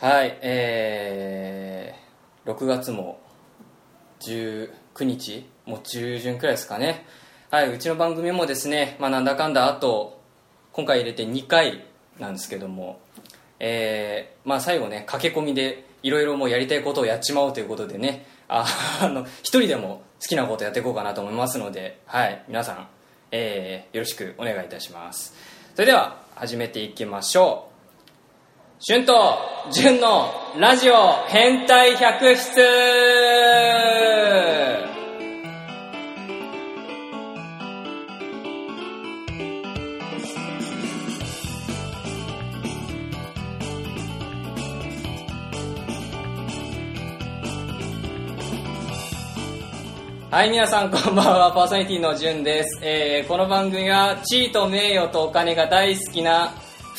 はいえー、6月も19日もう中旬くらいですかねはいうちの番組もですね、まあ、なんだかんだあと今回入れて2回なんですけどもえーまあ最後ね駆け込みでいろいろもうやりたいことをやっちまおうということでねあ あの一人でも好きなことやっていこうかなと思いますのではい皆さん、えーよろしくお願いいたしますそれでは始めていきましょう春と純のラジオ変態百室はい、皆さんこんばんは、パーソナリティのじゅんです。えーこの番組は、地位と名誉とお金が大好きな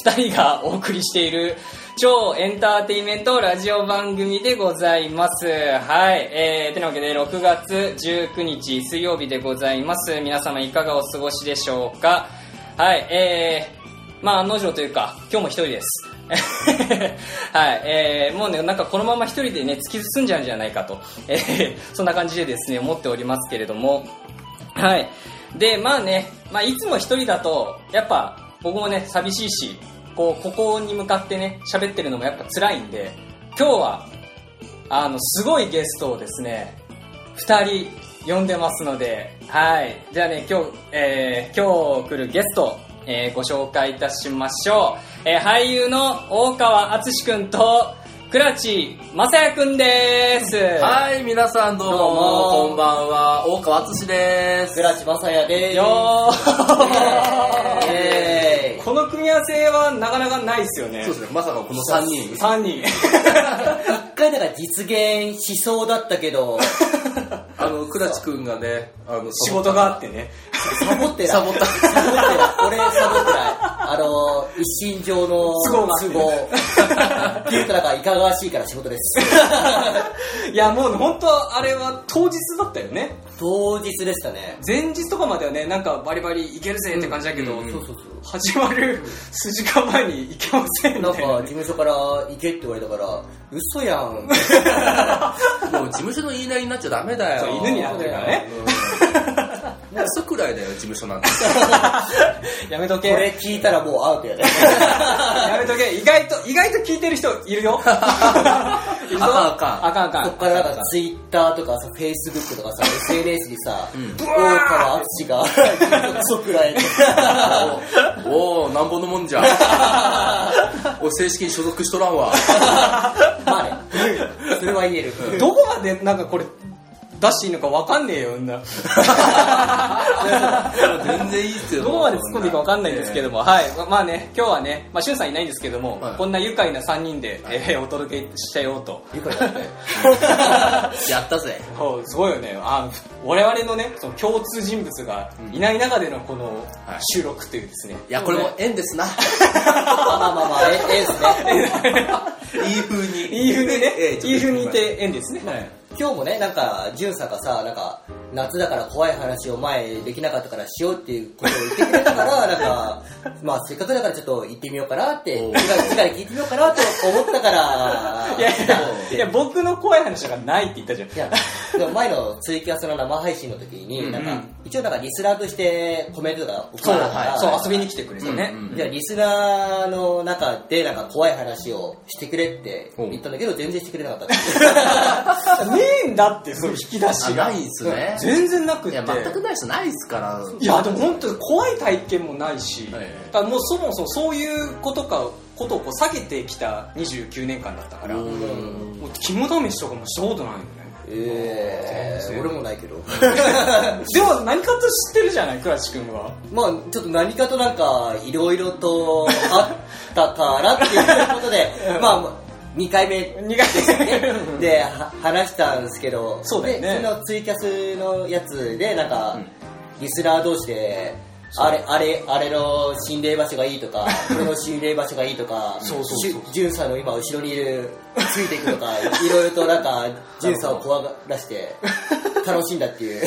2人がお送りしている超エンターテインメントラジオ番組でございます。はい、えー、てなわけで6月19日水曜日でございます。皆様いかがお過ごしでしょうかはい、えー、まあ案の定というか、今日も一人です。 はい、えー、もうね、なんかこのまま一人でね、突き進んじゃうんじゃないかと、えー、そんな感じでですね、思っておりますけれども、はい。で、まあね、まあ、いつも一人だと、やっぱ、僕もね、寂しいし、こう、ここに向かってね、喋ってるのもやっぱ辛いんで、今日は、あの、すごいゲストをですね、二人呼んでますので、はい。じゃあね、今日、えー今日来るゲスト、えーご紹介いたしましょう。えー俳優の大川敦くんと、倉地正也くんです。はい、皆さんどうも、どうもこんばんは、大川敦です。倉地雅也でいす。よーえこの組み合わせはなかなかないですよねそうですね、まさかこの3人。 3人ー、一回だから実現しそうだったけど、あの、倉地くんがね、あの、仕事があってねサボってない。サボったサボってない。俺サボってない。あの、一身上の都合が都合。データだからいかがわしいから仕事です。いやもう本当あれは当日だったよね当日でしたね。前日とかまではねなんかバリバリいけるぜって感じだけど、うんうんそうそうそう。始まる数時間前にいけませんみなんたかいな事務所から行けって言われたから、嘘や ん。もう事務所の言いなりになっちゃダメだそよ。う犬になってるから ねうん。もう嘘くらいだよ、事務所な んて。やめとこけれ聞いたらもうアウトやね。やめとけ意外と意外と聞いてる人いるよいる ぞあかんあかんあかんあかんそっからなんかツイッターとかさ、フェイスブックとかさ、SNS に さ、ん大川淳が、嘘 くらい。おー、なんぼのも んじゃ。お正式に所属しとらんわ。まあね、それは言える。どこまでなんかこれ出していいのかわかんねえよ 女全然いいっすよ。どこまで突っ込んでいいかわかんないんですけども、はい、ままあね、今日はね、まあ、しゅんさんいないんですけども、はいこんな愉快な3人で、えーお届けしたよう と。ゆかりだってやったぜ。そうすごいよね、あ我々のね、その共通人物がいない中でのこのはい収録というですね、いや、これも縁ですな。まあまあまあ、えええですね。 いい風に。いい風にね、ええいい風にい。て縁ですね。はい。今日もね、なんか、じゅんさんがさ、なんか、夏だから怖い話を前できなかったからしようっていうことを言ってくれたから、なん か、まあせっかくだからちょっと行ってみようかなって、おう次回次回聞いてみようかなと思ったから、いやいっや、ていや僕の怖い話がないって言ったじゃん。いや、でも前のツイキャスの生配信の時に、なんうんうかん、一応なんかリスナーとしてコメントが送そらう、れたかはら、いそう、遊びに来てくれてね。うんうんじゃあリスナーの中でなんか怖い話をしてくれって言ったんだけど全然してくれなか ったってねえんだって、その引き出あ、しが。ないっすね。全然なくいて。や、全くない人ないっすから。いやでも本当に怖い体験もないし、はいだからもうそもそもそういうことかことをこう下げてきた29年間だったから、うもうん肝試しとかもしたことないよねえ全え然俺もないけどでも何かと知ってるじゃない倉地君はまあちょっと何かとなんかいろいろとあったからっていうこ とでまあ2回目苦手 では話したんですけどそうだよねでそのツイキャスのやつでなんか、うんリスナー同士であれあれあれの心霊場所がいい とかこれの心霊場所がいいとかそうそうそうじゅじゅんさんの今後ろにいるついていくとか いろいろとなんかじゅんさんを怖がらして 楽しんだっていう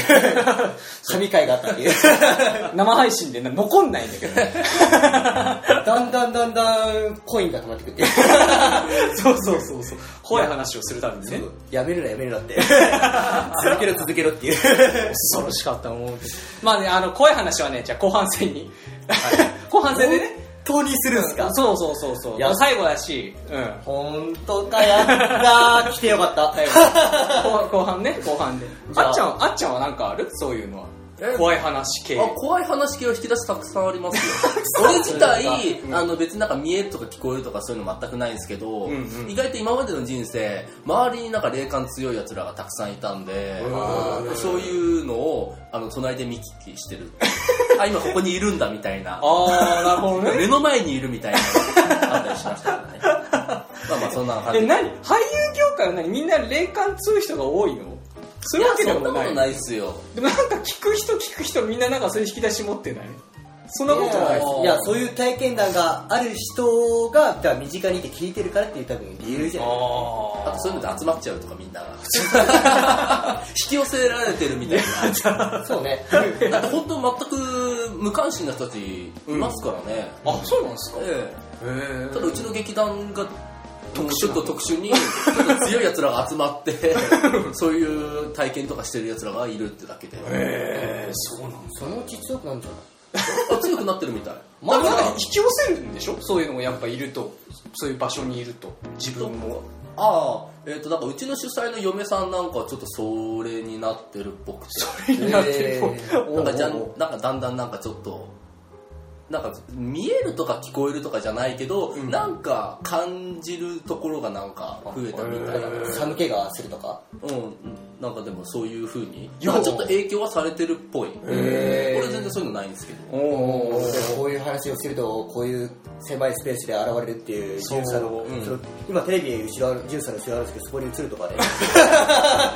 神回があっ たっていう生配信でな残んないんだけどねだんだんだんだんコインが溜まってくっていう そそうそうそうそう。怖い話をするためにね。やめるなやめるなって 続けろ続けろっていう恐ろしかったもん。まあね、あの、怖い話はね、じゃあ後半戦に。 後半戦でね。投入するんすかそうそうそうそう。いや最後だし、うん。本当かやったー来てよかっ た最後後後半ね、後半で。じゃああっちゃん、あっちゃんはなんかあるそういうのは。怖い話系。あ怖い話系は引き出したくさんあ りますよ俺自体、あの別になんか見えるとか聞こえるとかそういうの全くないんですけど、んうん意外と今までの人生周りになんか霊感強いやつらがたくさんいたんであーそういうのをあの隣で見聞きしてる あ今ここにいるんだみたいなあー、なるほどね。目の前にいるみたいなのがあったりしましたからねまあまあそんな感じ え、何俳優業界は何みんな霊感強い人が多いのそういうわけでやそんなもこない。とないっすよでもなんか聞く人聞く人みんななんかそういう引き出し持ってないそんなことないやいいやそういう体験談がある人がだから身近にいて聞いてるからっていう多分理由じゃないあとあそういうので集まっちゃうとかみんなが 引き寄せられてるみたいなそうね だって本当全く無関心な人たちいますからね、ーあそうなんですかへええただえうちの劇団が特殊と 特殊にちょっと強いやつらが集まって そういう体験とかしてるやつらがいるってだけで、へえそうなんですそのうち強くなんじゃないあ強くなってるみたいまあ、なんか引き寄せるんでしょそういうのもやっぱいるとそういう場所にいると自分もああえっ、となんかうちの主催の嫁さんなんかはちょっとそれになってるっぽくてなってるえーなんかじゃんおうおうなんかだんだんなんかちょっとなんか見えるとか聞こえるとかじゃないけど、うんなんか感じるところがなんか増えたみたいな、寒気がするとかうん、なんかでもそういう風にようなんかちょっと影響はされてるっぽいへー俺全然そういうのないんですけおどーおーおーこういう話をするとこういう狭いスペースで現れるっていうそう巡査の、うんその今テレビ後ろある巡査の後ろあるんですけどそこに映るとかね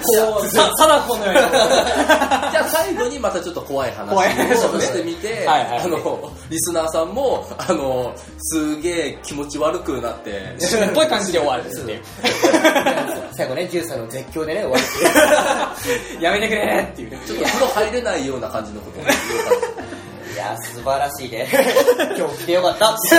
こうさ貞子のようじゃあ最後にまたちょっと怖い話怖い話をしてみて、はいはいあのリスナーさんもあのすげえ気持ち悪くなってなっぽい感じで終わるっていう最後ね巡査の絶叫でね終わるっていうやめてくれーっていうねちょっと風呂入れないような感じのことを言うからいや、素晴らしいね。 今日来てよかった。素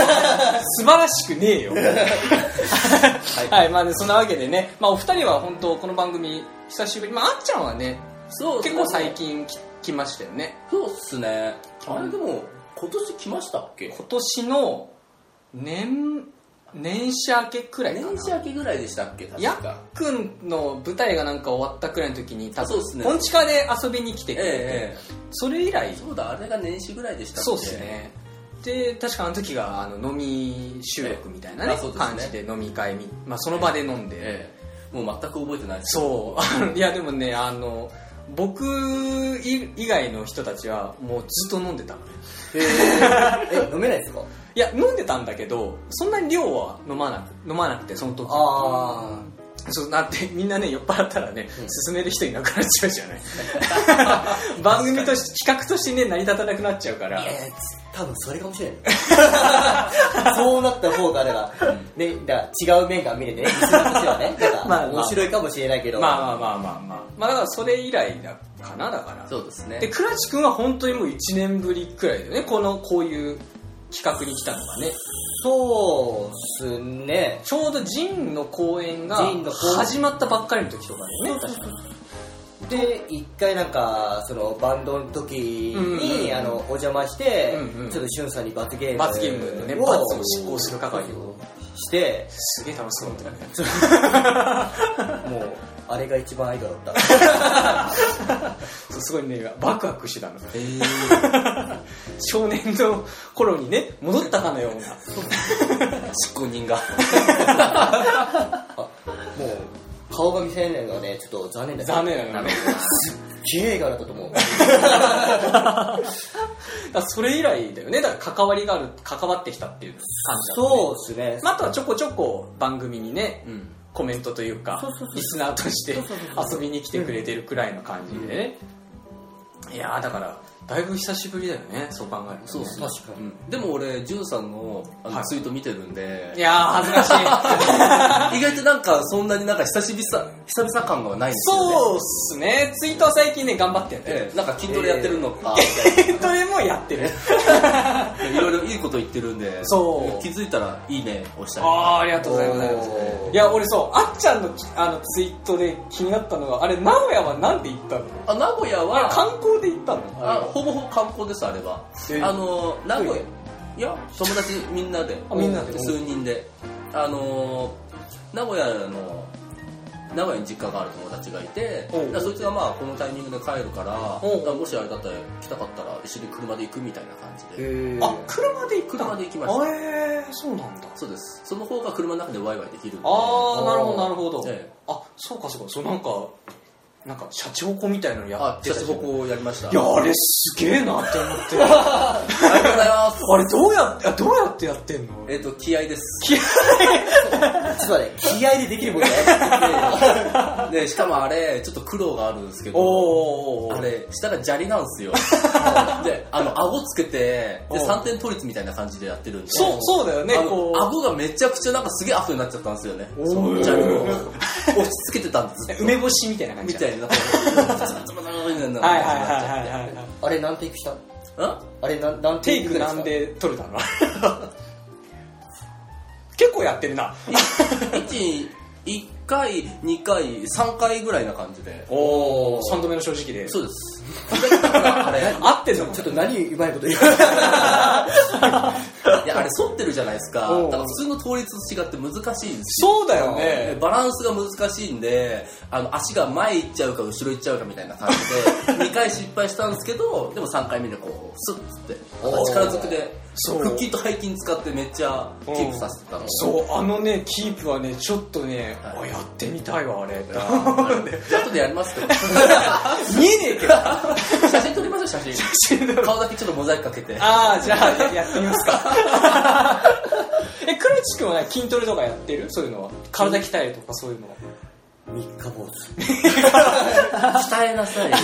晴らしくねえよはい、まあねそんなわけでね、まあ、お二人は本当この番組久しぶりまああっちゃんはねそう結構最近き来ましたよねそうっすね。あれでも、今年来ましたっけ今年の年年始明けくらいか年な始明けぐらいでしたっけ確やか。っくんの舞台がなんか終わったくらいの時に多あそう分っすねポンチカで遊びに来てくれて、えええそれ以来え。そうだ、あれが年始ぐらいでしたっけそうです。ねで確かあの時があの飲み収録みたいなね,、ええあそうですね感じで飲み会み、まあ、その場で飲んで、ええ。もう全く覚えてないです。そう いやでもねあの僕以以外の人たちはもうずっと飲んでたのねえ、飲めないですかいや飲んでたんだけどそんなに量は飲まなく飲まなくてその時あそうなってみんなね酔っ払ったらね、進める人いなくなっちゃうじゃない 番組として企画としてね成り立たなくなっちゃうからー。えー、多分それかもしれない。 そうなった方が、だから、ね、だから違う面が見れてね、リスナーとしては ね、だまかあまらあ面白いかもしれないけど、まあまあまあまあまあまあだからそれ以来だかなだからそうですでね。倉地君は本当にもう1年ぶりくらいだよねこのこういう企画に来たのがねそうっすね。ちょうどジンの公演がジンの公演始まったばっかりの時とかだよね確かで、一回なんか、そのバンドの時に、うんうんあの、お邪魔して、うんうんちょっとしゅんさんに罰ゲーム罰ゲームのねを罰を執行する係をして、すげえ楽しそうだったよねもう、あれが一番アイドルだった。そうすごいねワクワクしてたのええ。 少年の頃にね戻ったかのよ うな執行人が。もう顔が見せられないのがねちょっと残念 だ残念なのね綺麗がだった と思うだからそれ以来だよねだから関わりがある関わってきたっていう感じだもんねそうですね、まああとはちょこちょこ番組にねうん。コメントというかリスナーとして遊びに来てくれてるくらいの感じでね、いやーだからだいぶ久しぶりだよねそう考えると、ね、そうっすね。確かにうんでも俺、ジュンさんのあはのいツイート見てるんで、 いやー恥ずかしい意外となんかそんなになんか久しぶりさ久々感がないんですよねそうっすね。ツイートは最近ね、頑張ってやってる。ええなんか筋トレやってるのか、それもやってる。いろいろいいこと言ってるんでそう気づいたら「いいね」押したりああ、ありがとうございます。いや、俺そう、あっちゃんのあのツイートで気になったのが、あれ、名古屋はなんで行ったのあ名古屋は観光で行ったのあほぼほぼ観光ですあれは、えあの名古屋えいや友達みんなであみんなで数人であの名古屋の名古屋に実家がある友達がいておうだからそいつがまあこのタイミングで帰るからおうだからもしあれだったら来たかったら一緒に車で行くみたいな感じであ、車で行く車ので行きましたあえー、そうなんだ。そうですその方が車の中でワイワイできるんでああ、なるほど、なるほど。ええあ、そうか、そうか、そうなんか、なんか、シャチホコみたいなのやあってシャたチじゃホんコをやりましたいや、あれすげえなって思 って。あありがとうございますれ、どうやって、あどうやってやってんのえっと気合ですちょっと待って、気合でできるもんじゃな いででしかもあれちょっと苦労があるんですけどおーおーおーあれ、したら砂利なんですよ。で、あの、顎つけて、うんで、3点倒立みたいな感じでやってるんで。そう、そうだよね、あこの、う。顎がめちゃくちゃなんかすげえアフになっちゃったんですよね。おーその砂利を押し付けてたんです。ずっと梅干しみたいな感みじただいになって、ズバズバズバズバみたいなはいはい感じになっちゃはいはいはいはいあれ何テイクしたのってんあれ何何テイクなんで撮れたの 結構やってるな一一回、二回、三回ぐらいな感じで。おお3度目の正直でそ うです。だからあれ、い合ってんのちょっと何うまいこと 言うあやあれ反ってるじゃないですか。おうだから普通の倒立と違って難しいんですよそうだよねバランスが難しいんであの足が前行っちゃうか後ろ行っちゃうかみたいな感じで 2回失敗したんですけどでも3回目でこうスッつっておー力ずくでそう腹筋と背筋使ってめっちゃキープさせてたのそうあのねキープはねちょっとね、はいあやってみたいわあ れ見じゃあ後でやります けどえねえけど 写真撮りましょう写真顔だけちょっとモザイクかけてああじゃあややってみます かえ黒地君はね筋トレとかやってるそういうのは体鍛えるとかそういうのは三日坊主伝えなさい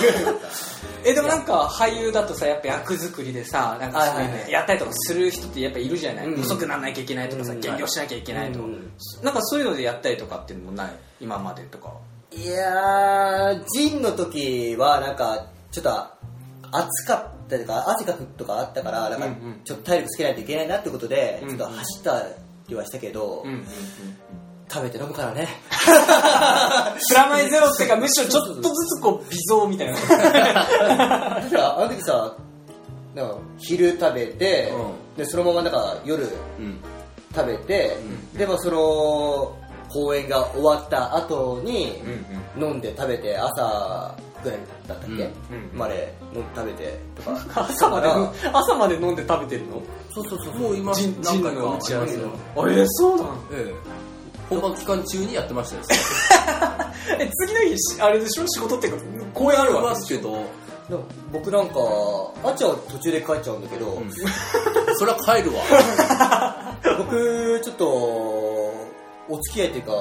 えでもなんか俳優だとさやっぱ役作りでさなんかそういうはいはいはねいやったりとかする人ってやっぱいるじゃない、うん細くならなきゃいけないとかさ、うん減量しなきゃいけないとか、うんなんかそういうのでやったりとかっていうのもない今までとかはいやー、ジンの時はなんか、ちょっと暑かったりとか、汗かくとかあったから、なんかうんうんちょっと体力つけないといけないなってことで、うんちょっと走ったりはしたけど、うん、食べて飲むからね。 プラマイゼロっていうかむしろちょっとずつこう微増みたいなだからあの時さ、なんか昼食べて、うでそのままなんか夜うん食べて、でもその公演が終わった後に、飲んで食べて朝ぐらいだったっけ、う んうんまで飲んで食べてとか 朝まで朝まで飲んで食べてるのそうそうそうもう今ジンジ何ン回かの打ち合わせありはますよあえそうなのええ本番期間中にやってました よえ次の日しあれでしょ仕事っていうか公演あるやりわますけどでも僕なんかあっちゃんは途中で帰っちゃうんだけど、んそれは帰 るわ僕ちょっとお付き合いっていうか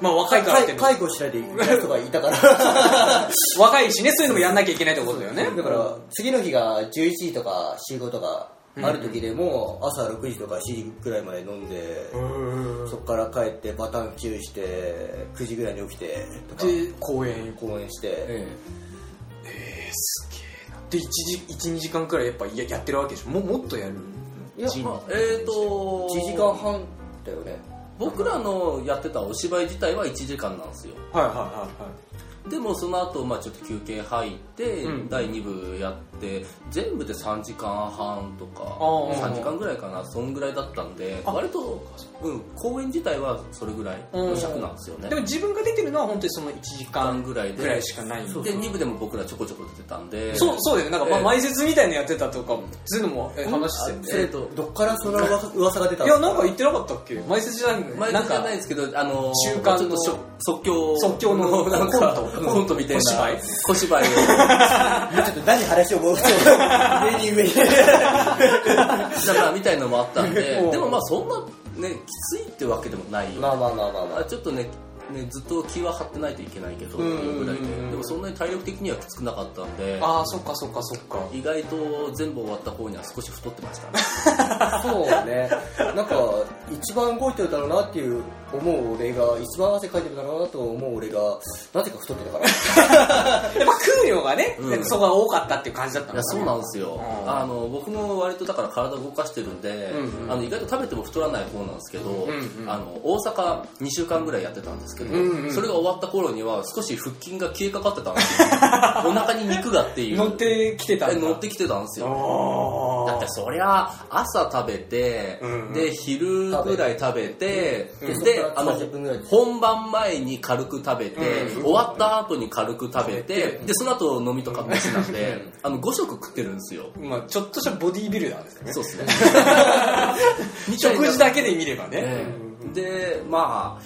まあ若いからって介介護しないでいけない人がいたから若いしねそういうのもやんなきゃいけないってことだ よねだから次の日が11時とか仕事がある時でも朝6時とか7時ぐらいまで飲んで、そっから帰ってバタンキューして9時ぐらいに起きてとかで公演公演して、えええー、すげえなで1時一二時間くらいやっぱややってるわけでしょももっとやるいやジンまあえーと1時間半だよね僕らのやってたお芝居自体は1時間なんですよはいはいはいはいでもその後、まあちょっと休憩入って、うん第2部やって全部で3時間半とかああ3時間ぐらいかなそんぐらいだったんであ割と、うん、公演自体はそれぐらいの尺なんですよねでも自分が出てるのは本当にその1時時間間ぐらいでぐらいしかないで2部でも僕らちょこちょこ出てたんでそうそうだよねなんか、まあええ前説みたいなのやってたとかそういうのもえ話してあたよえねーとどっからその 噂噂が出たいやなんか言ってなかったっけ前説じゃない前ななんじゃかないですけど、あのー、中間のちょっとしょ即興即興のなんかコントコントみたい小な芝居小芝居をちょっと何話を もう上に上にだからみたいのもあったんで おうでもまあそんなねきついってわけでもないよ、 まあまあまあまあまあ、ちょっとねね、ずっと気は張ってないといけないけどっていうぐらいででもそんなに体力的にはきつくなかったんでああそっかそっかそっか意外と全部終わった方には少し太ってましたねそうね。なんか、一番動いてるだろうなっていう思う俺が、一番汗かいてるだろうなと思う俺が、なぜか太ってたから。やっぱ食う量がね、うんそこが多かったっていう感じだったいのやかそうなんですよ、うんあの僕も割とだから体動かしてるんで、うんうんあの意外と食べても太らない方なんですけど、んうんあの大阪2週間ぐらいやってたんですけど、うんうんそれが終わった頃には少し腹筋が消えかかってた んですよお腹に肉がっていう乗ってきてたんだえ乗ってきてたんですよあだってそりゃ朝食べて、うんうんで昼ぐらい食べて、うんうんでそっからあの30分ぐらいです本番前に軽く食べて、うん終わった後に軽く食べて、でその後飲みとか飯なんで、あの5食食ってるんですよまあちょっとしたボディービルダーですよねそうですね食事だけで見ればね、ええでま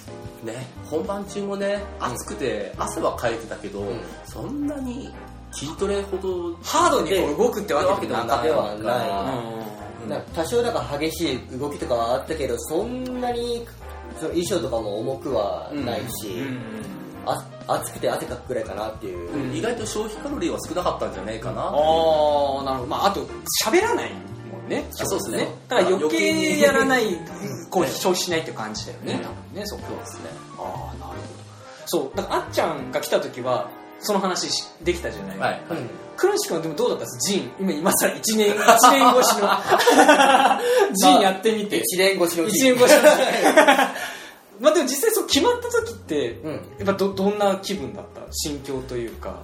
あね本番中もね暑くて汗はかいてたけど、そんなに筋トレほどハードにこう動くってわけでもなかったではないうんなんか多少なんか激しい動きとかはあったけど、そんなに、その衣装とかも重くはないし、あ暑くて汗かくくらいかなっていう。意外と消費カロリーは少なかったんじゃないかな、ああなるほどまああと喋らないもんねあそうですねだから余余計計にやらないこう消費しないっていう感じだよね多分ねそこはですねああなるほどそうだからあっちゃんが来た時はその話しできたじゃない、はい、うん黒石君はでもどうだったんですジン今今さら1年1年越し のジンやってみて一年越しの1日年越しの まあでも実際そう決まった時って、うんやっぱどどんな気分だった心境というか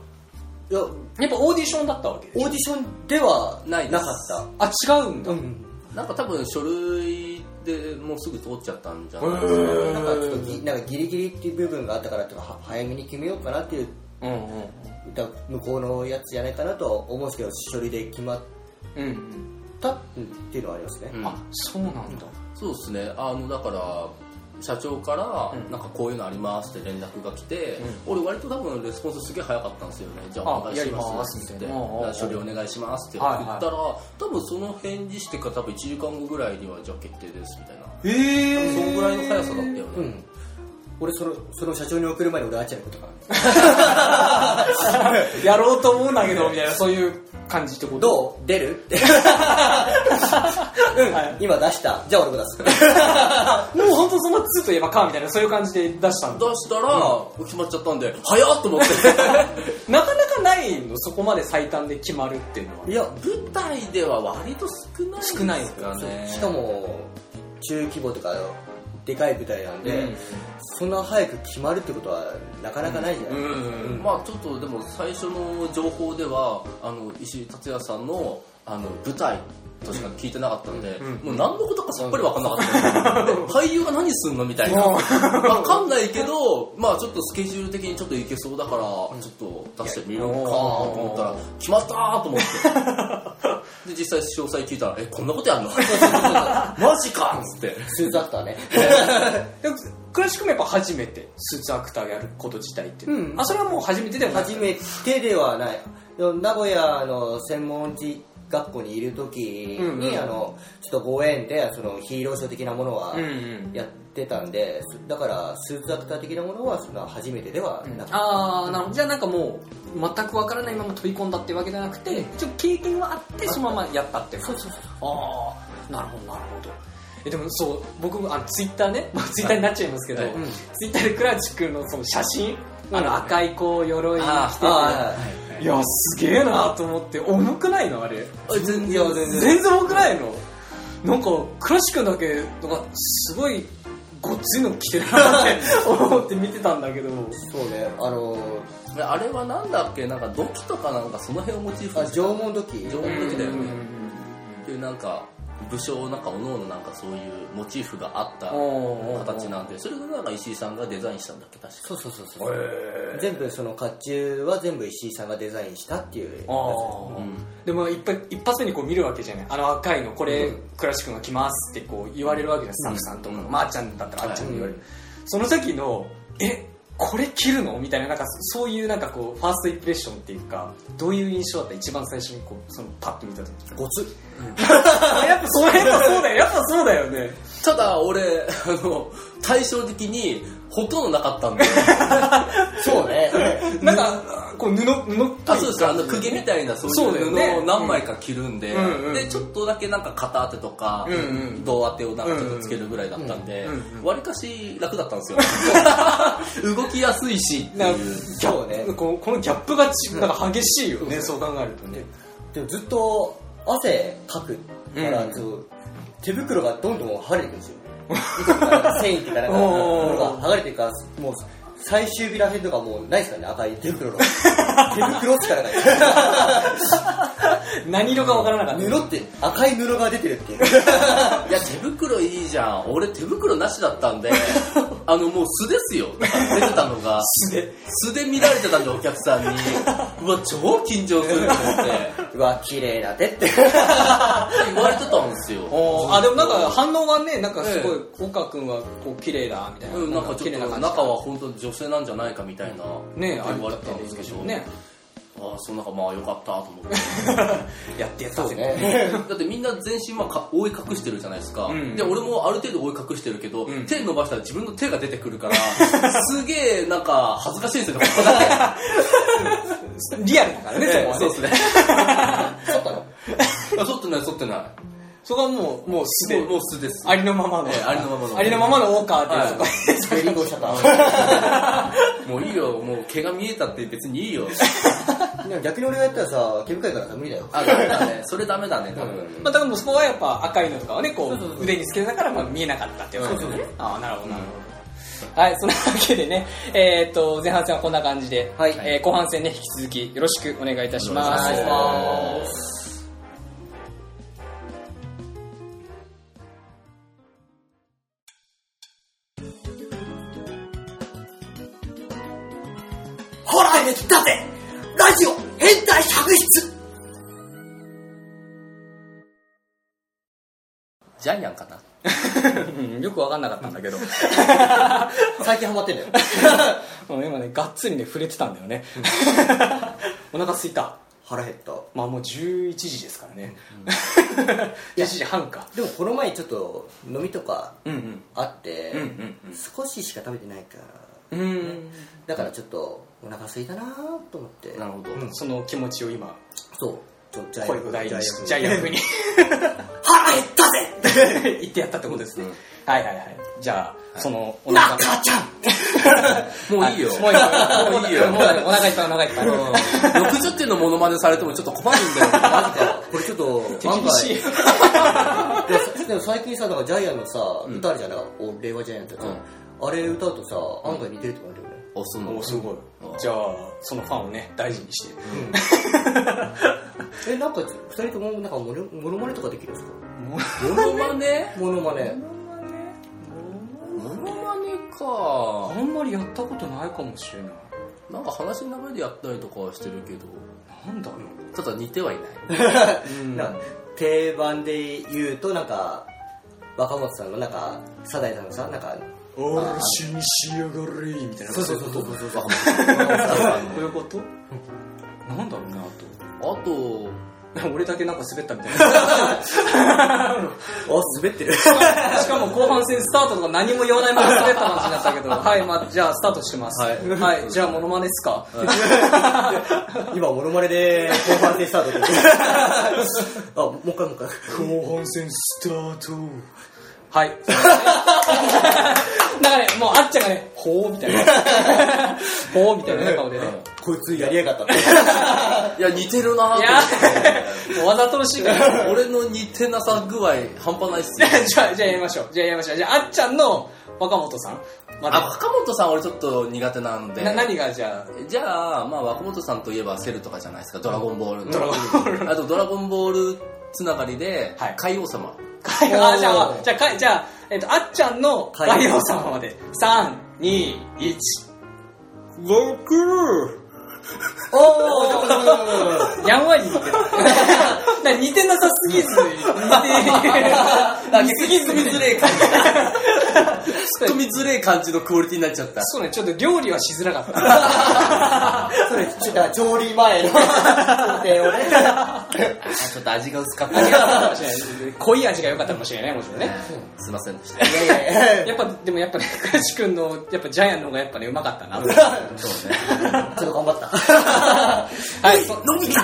いや、やっぱオーディションだったわけオーディションではないですなかった。あ違うんだ、うんなんか多分書類でもうすぐ通っちゃったんじゃへないですかーなんかちょっとぎなんかギリギリっていう部分があったからとかは早めに決めようかなっていううんうんだ向こうのやつじゃないかなとは思うんですけど書類で決まっうんうんたっていうのはありますね、うんあそうなんだそうですねあのだから社長からう「んなんかこういうのあります」って連絡が来て、俺割と多分レスポンスすげえ早かったんですよね「じゃああお願いします」ってやりますみた言いっなうんてうんうん「書類お願いします」って言はいっはいたら、多分その返事してから多分1時間後ぐらいにはじゃあ決定ですみたいなええそのぐらいの速さだったよね、うん俺そのその社長に送る前に俺あっちゃんのことかやろうと思うんだけどみたいなそういう感じってことどう出る ってう、はい、今出したじゃあ俺も出 すもう本当その2といえばかみたいなそういう感じで出したんだ出したら決まっちゃったんで早っと 思ってなかなかないのそこまで最短で決まるっていうのはいや舞台では割と少ないですかね少ないですしかも中規模とかでかい舞台なんで、そんな早く決まるってことはなかなかないじゃない、んまあちょっとでも最初の情報ではあの石井達也さんのあの舞台としか聞いてなかったんで、もう何のことかさっぱり分かんなかった、で 俳優が何すんのみたいな分かんないけどまあちょっとスケジュール的にちょっといけそうだからちょっと出してみようかなと思ったら決まったーと思って で実際詳細聞いたら「えこんなことやんの? 」 マジか!」っつってスーツアクターねでクラシックもやっぱ初めてスーツアクターやること自体って、うんあそれはもう初めてでもない初めてではない名古屋の専門地学校にいる時に、うんうんあのちょっとご縁でそのヒーローショー的なものはうんうんやってたんで、だからスーツアクター的なものはその初めてではなかっああなるほどじゃあなんかもう全くわからないまま飛び込んだっていうわけじゃなくてちょっと経験はあってそのままやったっていうそうそうそうああなるほどなるほどえでもそう僕もあのツイッターね、まあ、ツイッターになっちゃいますけど、はいうんツイッターでクラチ君のその写真、あの赤いこう鎧着てた、ていやすげえなと思って重くないのあれ全然全然重くないのなんかクラシックだけなんかすごいごっついの着てるなって思って見てたんだけどそうねあのあれはなんだっけなんか土器とかなんかその辺をモチーフあにして縄文土器縄文土器だようねんっていうなんか武将なんかおのおのなんかそういうモチーフがあった形なんでそれがなんか石井さんがデザインしたんだっけ確かそうそうそうそう全部その甲冑は全部石井さんがデザインしたっていうやつああ、うんでも一発一発目にこう見るわけじゃないあの赤いのこれ、クラシックが来ますってこう言われるわけじゃないスタッフさんとか、まああっちゃんだったらあっちゃんに言われる、その時のえこれ切るのみたいななんかそういうなんかこうファーストインプレッションっていうかどういう印象だった一番最初にこうそのパッと見た時ごつあやっぱその辺はそうだよやっぱそうだよねただ俺、あの、対照的にほとんどなかったんで、そうね なんかこう布布っぽあいそうですあの、公家みたいなそういうそうだよね布を何枚か着るんで、うんうんで、ちょっとだけなんか片当てとか、うんうん胴当てをなんかちょっとつけるぐらいだったんでうんうんうん、わりかし楽だったんですよ。 動きやすいしってなんかいう。ギャップそうねこうこのギャップがちなんか激しいよね、そう考えるとねでもずっと汗かくから、うんそう手袋がどんどん剥がれていくんですよなんか繊維っていうかなんかおーものが剥がれていくからもう最終日らへんとかもうないですからね赤い手袋の手袋しかない何色かわからなかった、布って赤い布が出てるっていう いや、手袋いいじゃん。俺手袋なしだった んで、あの、もう素ですよ。だから出てたのが。素で素で見られてたんで、お客さ んに。うわ、超緊張すると思って。うわ綺麗な手って言われてたんで すよ。あでもなんか反応はねなんかすごいえ岡君はこう綺麗だみたいな、うん、なんかちょっと中は本当に女性なんじゃないかみたいなね言われてたんですけど、ねああそうなんかまあよかったと思ってやってやったぜ だってみんな全身はか覆い隠してるじゃないですか、んで俺もある程度覆い隠してるけど、ん手伸ばしたら自分の手が出てくるからすげえなんか恥ずかしいんですよねここだリアルだから ね、けそこはねそうですね ちょっとのあ剃ってない剃ってなそこはもうもう素いでもうもう素ですありのままの、ええありのままのありのままのウォーカーっていうのがはベリンゴしちゃったもういいよもう毛が見えたって別にいいよでも逆に俺がやったらさ毛深いからさ無理だよあダメだねそれダメだね多分、うんまあ、だからもうそこはやっぱ赤いのとかはねこう腕につけてたからまあ見えなかったっていうことですねああなるほどなるほどはいそんなわけでねえーっと前半戦はこんな感じで、はいえー後半戦ね引き続きよろしくお願いいたしますお願いしますほらできたぜラジオ変態百室ジャイアンかなうんよく分かんなかったんだ けど最近ハマってんだようん今ねがっつりね触れてたんだよね お腹すいた腹減ったまあもう11時ですからね、11時半かでもこの前ちょっと飲みとかうんうんあって、うんうんうん少ししか食べてないからうんだからちょっとお腹空いたなと思ってなるほど、うんその気持ちを今そうちょジャ声を大ジ事にャイアンジャイアン風に腹減ったぜ 言ってやったってことですね、うんはいはいはいじゃあ、そのお腹中ちゃん もういいよもういいよもういいよもうお腹いっぱいお腹いっぱい、 60点のモノマネされてもちょっと困るんだよ。 マジかよこれちょっと 案厳しい外でもさでも最近さなんかジャイアンのさ、歌あるじゃんない俺はジャイアンってさ、あれ歌うとさ案外似てると思うんだよねあ、そうなおのおすごいうんじゃあそのファンをね大事にしてえなんか二人ともなんかモノモノマネとかできるんですかモノマネモノマネモノマネか。んまりやったことないかもしれないなんか話の流れでやったりとかはしてるけど、なんだろただ似てはいない。なんか定番で言うとなんか若松さんのなんかサダイさんのさなんかうおーしにしやがれみたいなそうそうそうそうそうそうこういうことなんだろうねああと、と 俺だけなんか滑ったみたい あ滑ってるなしかも後半戦スタートとか何も言わないまま滑った感じになったけどはい、まあ、じゃあスタートしますははいい、じゃあモノマネですか、今モノマネで後半戦スタートで あもう一回もう一回後半戦スタートはい。なんかね、もうあっちゃんがね、ほーみたいな。ほーみたいな顔でね。こいつやりやがったっていや、似てるないぁやもうわざとらしいから。 俺の似てなさ具合、半端ないっすよ。じゃあ、じゃあやりましょう。じゃあやりましょう。じゃあ、あっちゃんの若本さん。まあ、だ若本さん俺ちょっと苦手なんで。な何がじゃじゃあ、まあ、若本さんといえばセルとかじゃないですか、ドラゴンボールの。ドラゴンボーあと、ドラゴンボールつながりで、はい海王あ、様。かい あ、じゃあ、じゃあ、かいじゃあ、えっと、あっちゃんのはい海王様まで。3、2、1。僕お ーやんわり似てる。な似てなさすぎず、似て、似すぎず見づれえ感じ。突っ込みづれえ感じのクオリティになっちゃった。そうね、ちょっと料理はしづらかった。それ、 ちょっと調理前の工程をね。あちょっと味が薄かっ味がた。かもしれない濃い味が良かったかもしれない、もちろんね。すいませんでした。いやいやいややっぱ、でもやっぱね、倉地君の、やっぱジャイアンの方がやっぱね、うまかったな。そうね。ちょっと頑張った。はい、そ伸びた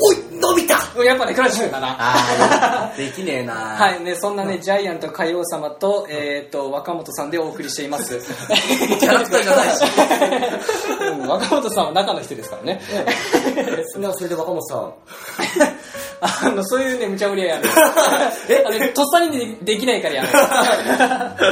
おい、伸びたやっぱね、倉地君だな。あー、できねえな。はいい、ね、そんなね、ジャイアント海王様と、えっ、と、若本さんでお送りしています。キャラクターじゃないし。 うん若本さんは中の人ですからね。そん なそれで若本さん。 あの、そういうね、無茶ぶりはやめないあの、とっさにでできないからやめない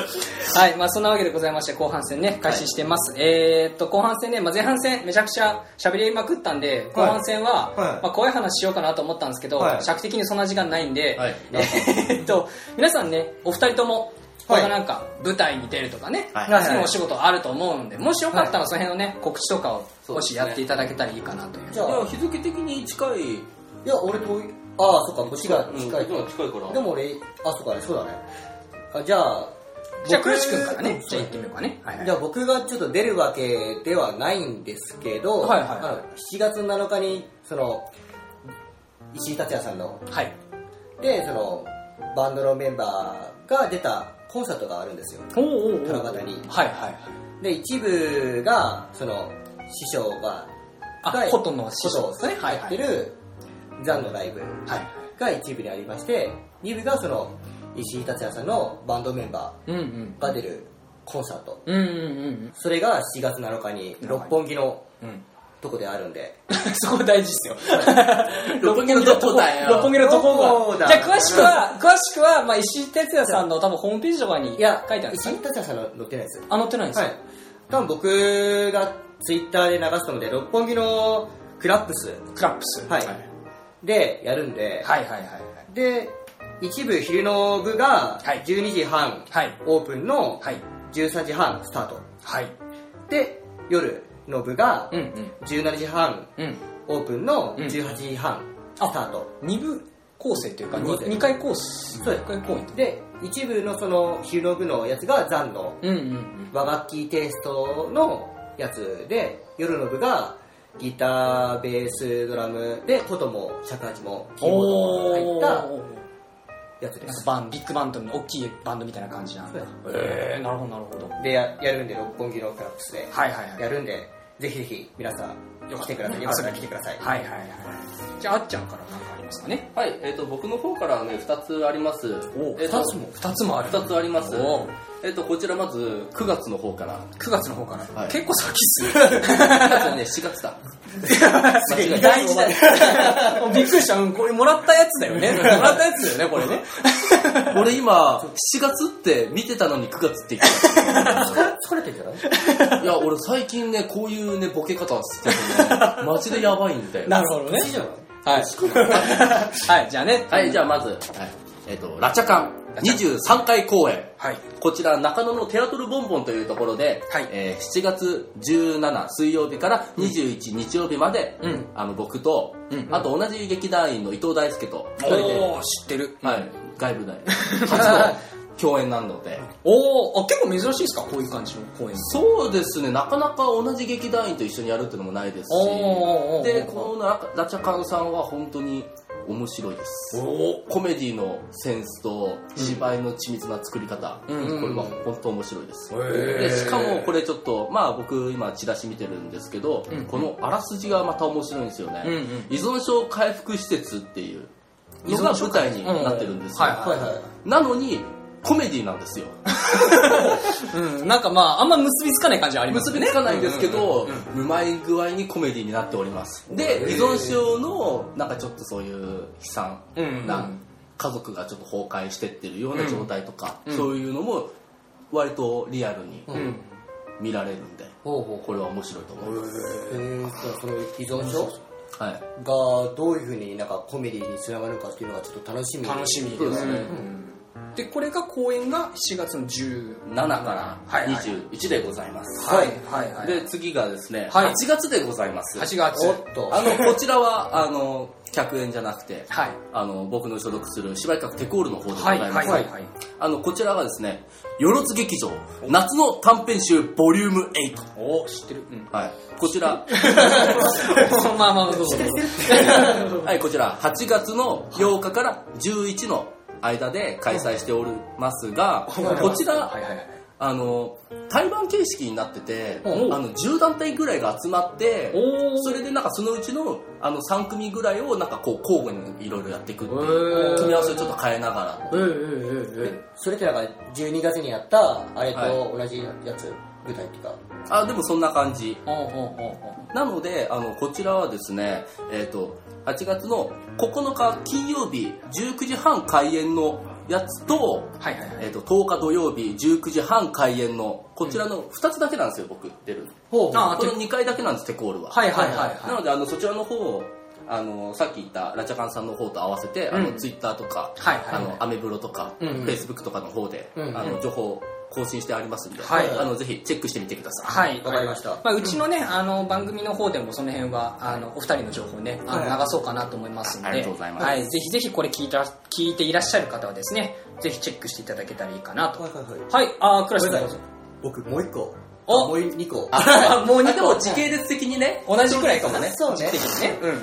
はい、まあそんなわけでございまして、後半戦ね、開始してます。えーっと、後半戦ね、まあ前半戦めちゃくちゃ喋りまくったんで、後半戦は、はいまあ怖い話しようかなと思ったんですけど、はい尺的にそんな時間ないんで、はいえーっ と、皆さんね、お二人とも、これがなんか舞台に出るとかね、はい次のお仕事あると思うんで、もしよかったらその辺のね、告知とかを、もしやっていただけたらいいかなという。じゃあ、日付的に近い。いや、俺と、ああ、そっか、星が近いうん今近いからでも俺、あ、そっか、ね、そうだね。あじゃあ、じゃあ、僕倉地君からね、じゃあ行ってみようかね。はいはいじゃあ僕がちょっと出るわけではないんですけど、はいはいあの7月7日にその石井達也さんのはい。でそのバンドのメンバーが出たコンサートがあるんですよおおお七夕にはいはいはい。で一部がその師匠があが、コトンの師匠ですね。コトンはいやっはてい。るザンのライブはい。が一部にありまして二部がその石井達也さんのバンドメンバうんうんー。が出るコンサートうんうんそれが7月7日に六本木のうんうん。とこであるんで そこ大事っすよ。六本木のどこだよ六本木のどどここが。だじゃあ詳しくは、詳しくは、まあ、石井哲也さんの多分ホームページとかに書いいてあや、るんです石か井ね。達也さんの載ってないです。あ、載ってないんですはよ。い。多分僕がツイッターで流したので、六本木のクラップスクラップス。はいはいでやるんで、はいはいはい。で、一部昼の部がはい12時半、はい。オープンのはい。 13時半スタート。はい。で、夜の部がうんうん。 17時半、うん。オープンのうん18時半スタあート。二部構成というか、二部構成二回構成。そうです二回公演。で、一部のその昼の部のやつが残のうんうんうん。和楽器テイストのやつで夜の部がギターベースドラムで琴も尺八もキーボードも入っおー。たやつですバンビッグバンドの大きいバンドみたいな感じなんだそうへえなるほどなるほどでややるんで六本木のクラップスではいはいはいやるんでぜひぜひ皆さんよか来ったてくださいよかったら来てくださいはいはいはいじゃああっちゃんから何かありますかねはい、えっ、と、僕の方からね、二つあります。えーと2つもある二つありますおう。えっ、と、こちらまず、9月の方から。 9月の方から、はい 結構先っすね9月はね、4月だ。間違えた。大事だ よびっくりした、うん、これもらったやつだよねもらったやつだよねこれね 俺今、7月って見てたのに9月って言って疲れてるじゃな いた。いや、俺最近ね、こういうね、ボケ方しててね、マジでやばいんだよ。なるほどね以上はい はいじゃあねはい、じゃあまず、はい、えっ、と、ラチャカン、23回公演。はいこちら中野のテアトルボンボンというところで、はいえー7月17水曜日から21日曜日まで、うんあの僕と、うんうんあと同じ劇団員の伊藤大輔と2人で、おー知ってるはい、外 部大初の共演なのでおーあ結構珍しいですかこういう感じの公演そうですねなかなか同じ劇団員と一緒にやるっていうのもないですしおーでこのラチャカンさんは本当に面白いですコメディのセンスと芝居の緻密な作り方、うんこれは本当面白いです、ーでしかもこれちょっとまあ僕今チラシ見てるんですけど、このあらすじがまた面白いんですよね、うんうん依存症回復施設っていうのが舞台になってるんですよ、うんはいはいはいなのにコメディなん ですようんなんかまああんま結びつかない感じはあります結よびねつかないんですけど、うまい具合にコメディになっておりますで依存症のなんかちょっとそういう悲惨な家族がちょっと崩壊してってるような状態とか、そういうのも割とリアルにうん見られるんで、ほうほこれは面白いと思います、うえーじゃあその依存症はいがどういうふうになんかコメディにつながるかっていうのがちょっと楽しみ楽しみそうでですすねね、でこれが公演が7月の10 7かはらいはい21でございます、はいはいはいで次がですね、はい8月でございます8月おっとあのこちらはあの100円じゃなくて、はいあの僕の所属する芝居閣テコールの方でござはいいます、はいはいはいあのこちらがですね「よろず劇場夏の短編集ボリューム8お知ってるうん」はいこち らまあまあどうぞはい、こちら8月の8日から11の間で開催しておりますが、こちはいら、はいはいあの、対バン形式になってて、あおうの、10団体ぐらいが集まっておう、それでなんかそのうちの、あの、3組ぐらいをなんかこう交互にいろいろやっていくっていへう、ー組み合わせをちょっと変えながら。うんうんうんうんそれってなんか12月にやったあれと同じやつ、舞台っていうかあ、でもそんな感じ。おうおうおうおうなので、あの、こちらはですね、えっ、と、8月の9日金曜日19時半開演のやつと、はいはいはいえー、と10日土曜日19時半開演のこちらの2つだけなんですよ、僕出るほあこの2回だけなんですテコールははいはいはいはいなのであのそちらの方をあのさっき言ったラチャカンさんの方と合わせて、あうのんツイッターとか、はいはいはいあのアメブロとか、うんうんフェイスブックとかの方で、うんうんあの情報更新してありますんで、はいあのぜひチェックしてみてください、はいわかりましたまあ、うちのね、あの番組の方でもその辺はあのお二人の情報ねあはのい流そうかなと思いますんで、ありがとうございますはい、ぜひぜひこれ聞いた聞いていらっしゃる方はですねぜひチェックしていただけたらいいかなとはいはいはいはいあー倉ご石めんさなんさどいうぞ僕もう一個おあもう二個あもうあ2で個も時系列的にね同じくらいかもね そうね時期的にねうんうんう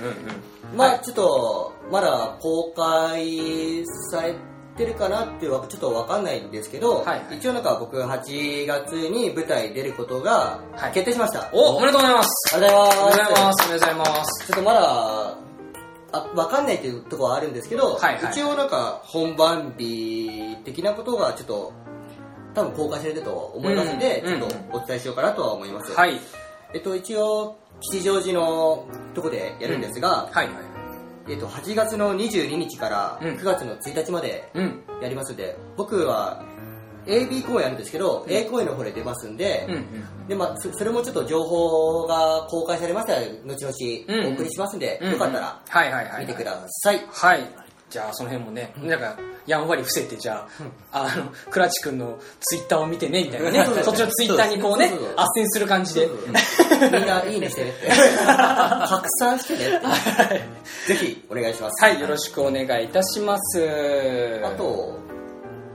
んまあちょっとまだ公開されてるかなっていうのはちょっとわかんないんですけど、はいはい一応なんか僕8月に舞台に出ることがはい決定しました、おおめでとうございますありがとうおめごでざというございますますおめでとうございますちょっとまだあわかんないっていうところはあるんですけど、はいはい一応なんか本番日的なことがちょっと多分公開されてると思いますので、うんちょっとお伝えしようかなとは思います、はいえっと一応吉祥寺のとこでやるんですが、はいえっと8月の22日からうん9月の1日までうんやりますので、僕は AB 公演あるんですけど、A 公演の方で出ますんで、うんでまあ、そそれもちょっと情報が公開されましたら後々お送りしますんで、うんよかったらはいはいはい見てください、はい。じゃあ、その辺もね、なんか、やんわり伏せて、じゃあ、あの、クラチ君のツイッターを見てね、みたいなそうそね、うそっちのツイッターにこうねそうそうそう、斡旋する感じで。みんないいねして ねって。拡散してねって。ぜひ、お願いします。はい、よろしくお願いいたします。あと、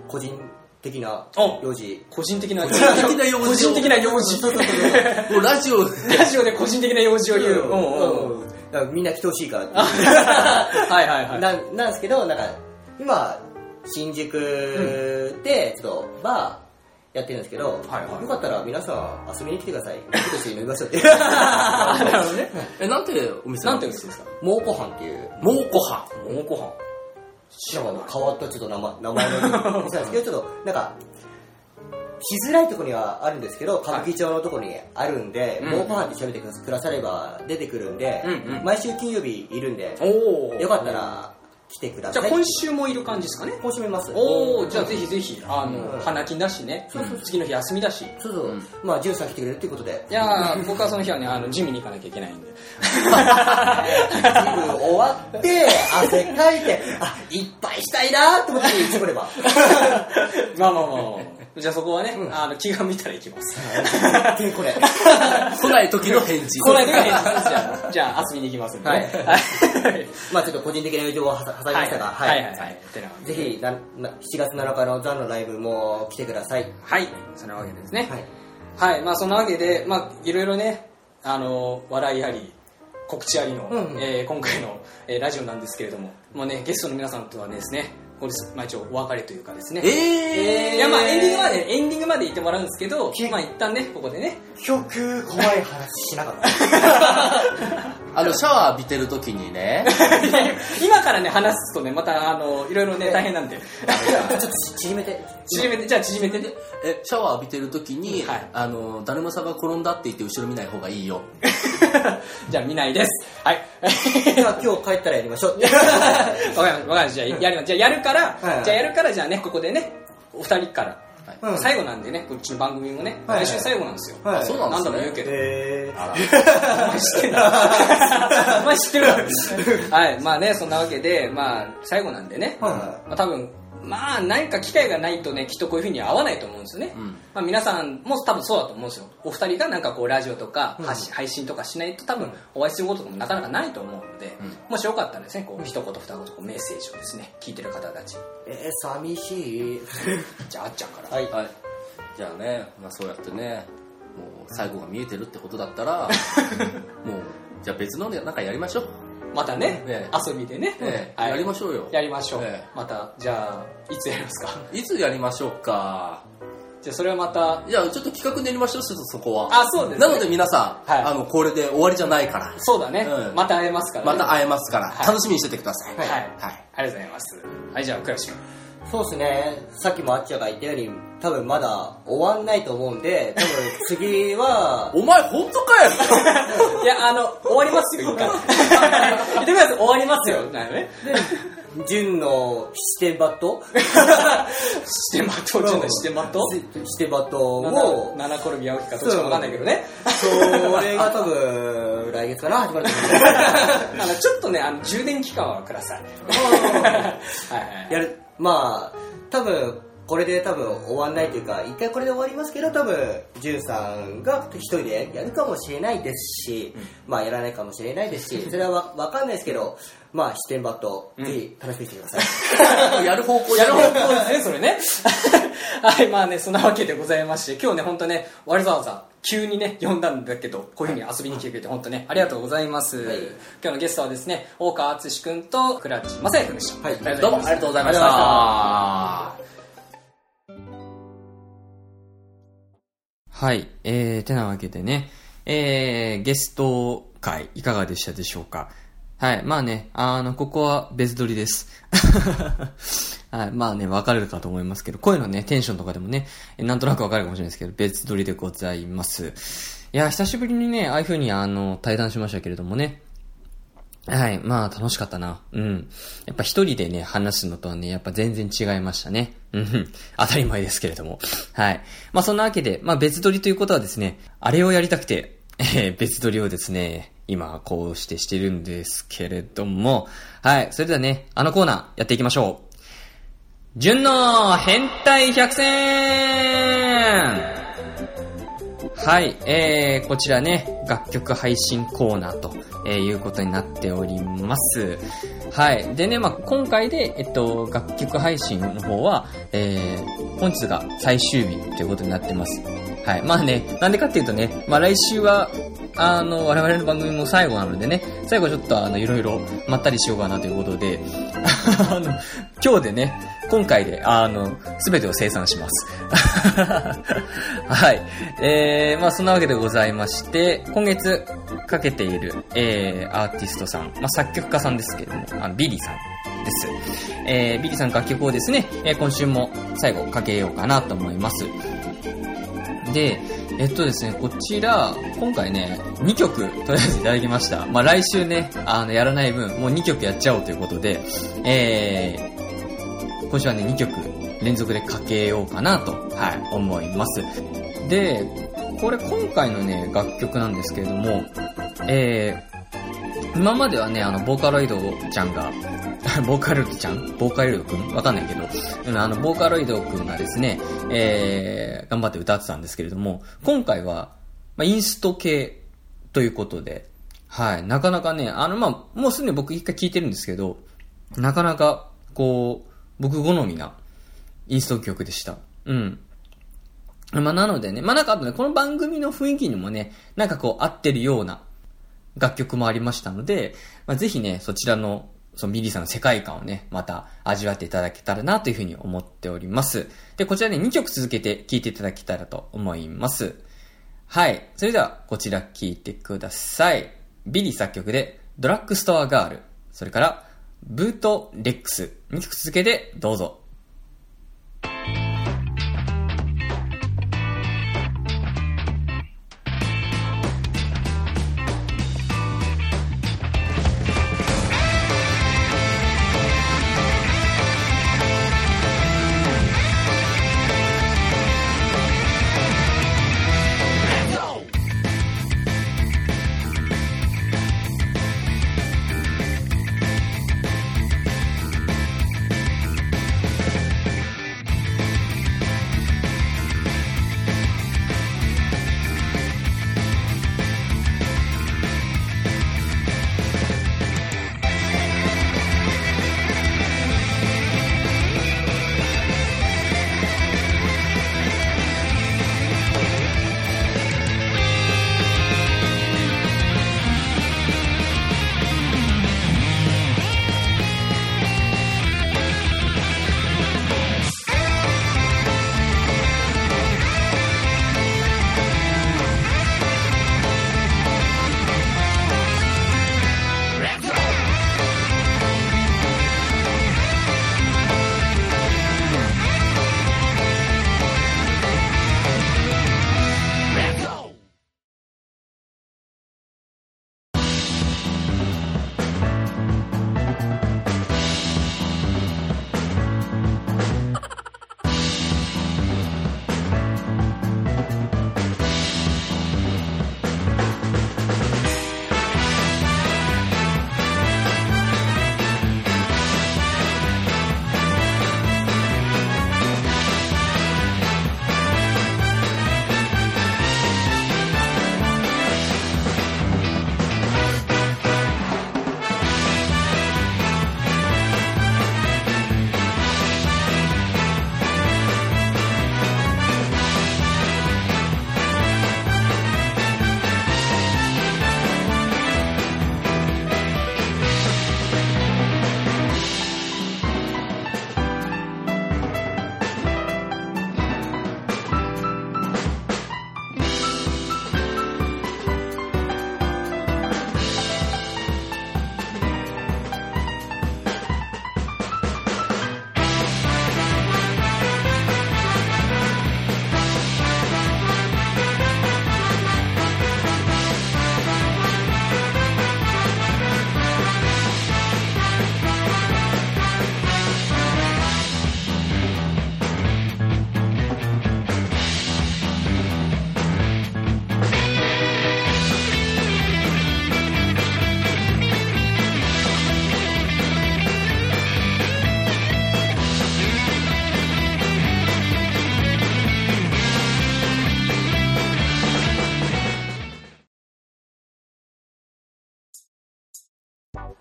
個人的なお用事。個人的な、個人的な用事個人的な用事。もうラジオ ラジオで個人的な用事を言う。うんうんうんうんだからみんな来てほしいからっていうはいはいはい。ななんですけど、なんか、今、新宿で、ちょっと、バー、やってるんですけど、はいはいよかったら皆さん遊びに来てくだ さい。ちょっと一緒に飲みましょうって。あなるほどね。えなんてお店なんて言うんですか蒙古飯っていう、蒙古飯おご飯。なんかあの変わったちょっと名前名前の店なんですけど、ちょっとなんか、しづらいところにはあるんですけど、歌舞伎町のところにあるんで、うんもうご飯で調べてくだされば出てくるんで、うんうん毎週金曜日いるんで、おーよかったら来てくだじゃさい。あ、今週もいる感じですかね。今週もいます。おおじゃあぜひぜひあの、うん花金だしね、次の日休みだしいそうそう、まあ、ジュンさん来てくれるっていうことで、やー僕はその日はねあのジムに行かなきゃいけないんでジム終わって、汗かいて、あ、いっぱいしたいなと思って来てくれば。まあまあまあまあまあじゃあそこはね、あの気が向いたら行きますでこれ。来ない時の返 事来ない時は返事ですじゃあじゃあ遊びに行きますんでね、はいはいまあ、ちょっと個人的な友情を挟挟みましたが、はいはいはいはいてなわけぜでひなな7月7日のザンのライブも来てください。はいそんなわけですねはい。はい、まあそんなわけでまあいろいろねあの笑いあり告知ありの、うんうんえー今回の、えーラジオなんですけれどももうねゲストの皆さんとはですねこれ、まあ、一応お別れというかですねえー、いやまあエンディングまでエンディングまで言ってもらうんですけど、まあ一旦ねここでね。 曲怖い話しなかった。あのシャワー浴びてる時に ね今からね話すとねまたあのいろいろね大変なんで。ちょっと縮めて。縮めてじゃあ縮めてね。 えシャワー浴びてる時に、はいあのだるまさんが転んだって言って後ろ見ない方がいいよじゃあ見ないです。はい。 では今日帰ったらやりましょう。わかりましたわかりましたじゃあやります。じゃあやるから、はいじゃあやるからじゃあねここでねお二人から、はい最後なんでねこっちの番組もね、はい来週最後なんですよ。はいあそうなんで何す度ねも言うけど。えー、お前知ってる お前知ってるはいまあねそんなわけでまあ最後なんでね。はまあ、多分まあ何か機会がないとねきっとこういうふうには合わないと思うんですよね、うんまあ、皆さんも多分そうだと思うんですよお二人がなんかこうラジオとか発信配信とかしないと多分お会いすることもなかなかないと思うので、うもしよかったらですねこう一言二言こうメッセージをですね聞いてる方たちえー、寂しいじゃああっちゃんから、はいはい、じゃあね、まあ、そうやってねもう最後が見えてるってことだったら もうじゃあ別のなんかや りましょう、またね、え遊びでね、ええはいやりましょうよやりましょう、えまたじゃあいつやりますか いつやりましょうかじゃあそれはまたじゃあちょっと企画練りましょうちょっとそこはあそうですねなので皆さん、はいあのこれで終わりじゃないからそうだね、うんまた会えますからまねた会えますから、はい楽しみにしててくださいはい、はいありがとうございますはいじゃあ倉石君そうですねさっきもあっちゃんが言ったように多分まだ終わんないと思うんで多分次 はお前本当かよいや、あの、終わります よ、一回。言ってみます、終わりますよ。なのね。純の七点抜刀してまとう、順のしてまとう。七点抜刀を七転び八起きかどっちかわかんないけどね。それが多分来月から始まると思うんで あの、ちょっとね、あの、充電期間はください。はいはい。やるまあ多分これで多分終わんないというか一回これで終わりますけど多分ジュンさんが一人でやるかもしれないですし、まあやらないかもしれないですしそれはわわかんないですけどまあ視点バットぜひ楽しみにしてくださ い、やる方向やる方向ですね、 それね。はい、まあね、そんなわけでございまして、今日ね、ほんとね、わざわざ急にね、呼んだんだけど、こういうふうに遊びに来てくれて、ほんとね、ありがとうございます。はい今日のゲストはですね、大川敦君と倉地正也君でした。はいどうもありがとうございましありがとうございたはい。えー、てなわけでね、えー、ゲスト会いかがでしたでしょうかはい。まあね、あの、ここは別撮りです。 はい。まあね、わかるかと思いますけど、声のね、テンションとかでもね、えなんとなくわかるかもしれないですけど、別撮りでございます。いや、久しぶりにね、ああいう風にあの、対談しましたけれどもね、はい。まあ、楽しかったな。うん。やっぱ一人でね、話すのとはね、やっぱ全然違いましたね。うん。当たり前ですけれども。はい。まあ、そんなわけで、まあ、別撮りということはですね、あれをやりたくて、えー別撮りをですね、今、こうしてしてるんですけれども、はい。それではね、あのコーナー、やっていきましょう。純の変態百選はい、えー、こちらね、楽曲配信コーナーと、えーいうことになっております。はい。でね、まあ今回で、えっと、楽曲配信の方は、えー、本日が最終日ということになってます。はい。まあね、なんでかっていうとね、まあ来週は、あの、我々の番組も最後なのでね、最後ちょっとあの、いろいろまったりしようかなということで、 あの、今日でね、今回で、あの、すべてを生産します。 はい。えー、まあそんなわけでございまして、今月かけている、えー、アーティストさん、まあ作曲家さんですけれども、あビリーさんです。えー、ビリーさん楽曲をですね、えー今週も最後かけようかなと思います。で、えっとですね、こちら、今回ね、2曲、とりあえずいただきました。まあ、来週ね、あの、やらない分、もう2曲やっちゃおうということで、えー、今週はね、2曲連続でかけようかなと、はい、思います。で、これ今回のね、楽曲なんですけれども、えー、今まではね、あの、ボーカロイドちゃんが、 ボーカロイドちゃんボーカロイドくんわかんないけど、うんあの、ボーカロイドくんがですね、えー、頑張って歌ってたんですけれども、今回は、まあ、インスト系ということで、はい、なかなかね、あの、まあ、もうすでに僕一回聞いてるんですけど、なかなか、こう、僕好みなインスト曲でした。うん。まあ、なのでね、まあ、なんかあとね、この番組の雰囲気にもね、なんかこう合ってるような楽曲もありましたので、まあ、ぜひね、そちらの、そのミリーさんの世界観をね、また味わっていただけたらなというふうに思っております。で、こちらね、2曲続けて聴いていただけたらと思います。はい。それでは、こちら聴いてください。ビリー作曲で、ドラッグストアガール。それから、ブートレックス。2曲続けて、どうぞ。 「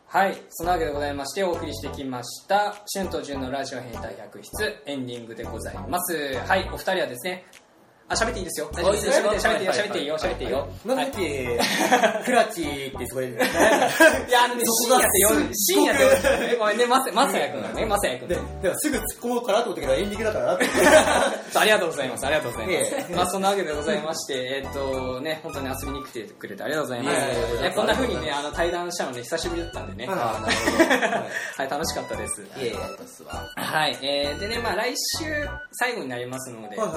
はい、そんなわけでございまして、お送りしてきました、春と潤のラジオ変態百室、エンディングでございます。はい、お二人はですね、あ、喋っていいですよ。大丈夫です。はい喋って、はい喋っていいよ、喋っていいよ。なんだっけ、クラッチってそこ で、ね、いや、あのね、そ深こ夜がって夜、深夜って夜、ごめんね、まさまさやくんだね、まさやくんでだ。でもすぐ突っ込もうかなと思ったけど、エンディングだからなって。ありがとうございます、ありがとうございます。いえまあそんなわけでございまして、えっとね、本当に遊びに来てくれてありがとうございますいえいえいえ。ねこんな風にね、あの対談したので久しぶりだったんでね、はああ、なるほど。い、楽しかったです。いやいやですわ。はい、えー、でね、まあ来週最後になりますので、はいは、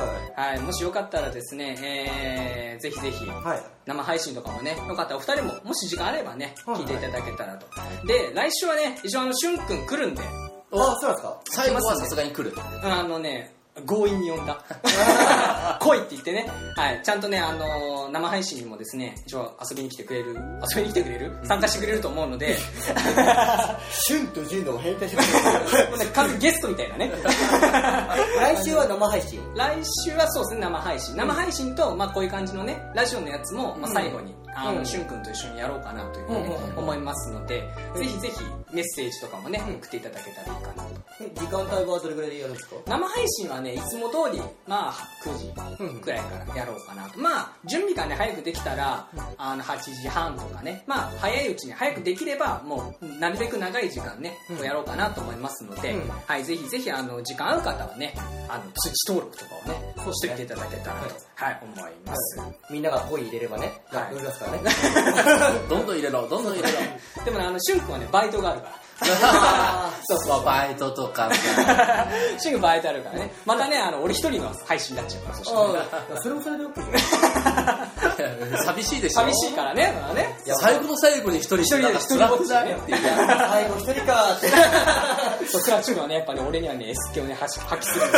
はいもしよかったらですね、えー、ぜひぜひ、い。はい。生配信とかもね、よかったらお二人も、もし時間あればね、はい聞いていただけたらと。で、来週はね、一応あの、しゅんくん来るんで、あ、そうなんですか最後はさすがに来る。あのね、強引に呼ん だ。来いって言ってね、はい、ちゃんとね、あのー生配信にもですね、一応遊びに来てくれる、遊びに来てくれる参加してくれると思うの で、旬と純の変態します。もうね、完全にゲストみたいなね。来週は生配信。来週はそうですね、生配信。生配信と、まあこういう感じのね、ラジオのやつも、まあ最後に、あうの、んしゅんくんと一緒にやろうかなというふうにねうんうんうん思いますので、ぜひぜひメッセージとかもね、送っていただけたらいいかなと。え時間帯はどれくらいでやるんですか生配信はね、いつも通り、まあ、9時くらいからやろうかなと。まあ、準備がね、早くできたら、あの、8時半とかね、まあ、早いうちに早くできれば、もう、なるべく長い時間ね、をやろうかなと思いますので、うんはい、ぜひぜひ、あの、時間合う方はね、あの、通知登録とかをね、そうしておいていただけたらと、はい、思います。みんなが声入れればね、ははいい、売りますからね。どんどん入れろ、ど んどん入れろ。でもね、あの、しゅんくんはね、バイトがあるから。 そうそう、バイトとかね。しゅんくんバイトあるからね。またね、あの、俺一人の配信になっちゃうから、そしてね、あ あ、それもそれで OK じゃない 寂しいでしょ。寂しいからね、まあね。いや最後の最後に一人一一人で一人ぼっちだねっていう。最後一人か ーって。そう、クラチューブはね、やっぱね、俺にはね、S 響をね、発発揮するん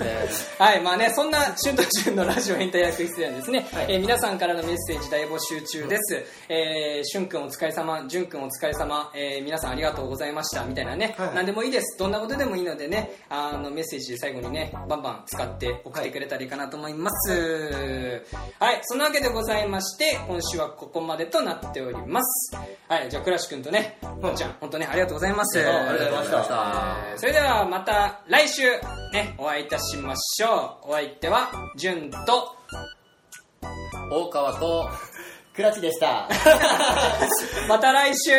ですはい、まあね、そんな、シュンとチュンのラジオ変態役室ではですね、えー皆さんからのメッセージ大募集中です。えー、シュンくんお疲れ様、ジュンくんお疲れ様、えー、皆さんありがとうございました、みたいなね、はい何でもいいです。どんなことでもいいのでね、あの、メッセージ最後にね、バンバン使って送ってくれたらいいかなと思います。はい、そんなわけでございまして、今週はここまでとなっております。はい、じゃあ、クラシくんとね、ポンちゃん、本当ね、ありがとうございます。ありがとうございました。えーそれではまた来週ねお会いいたしましょうお相手はじゅんと大川と、クラッチで した。また来週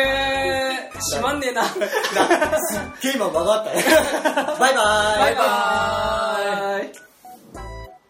しまんねえなゲームは曲がったね。バイバーイ。バイバーイ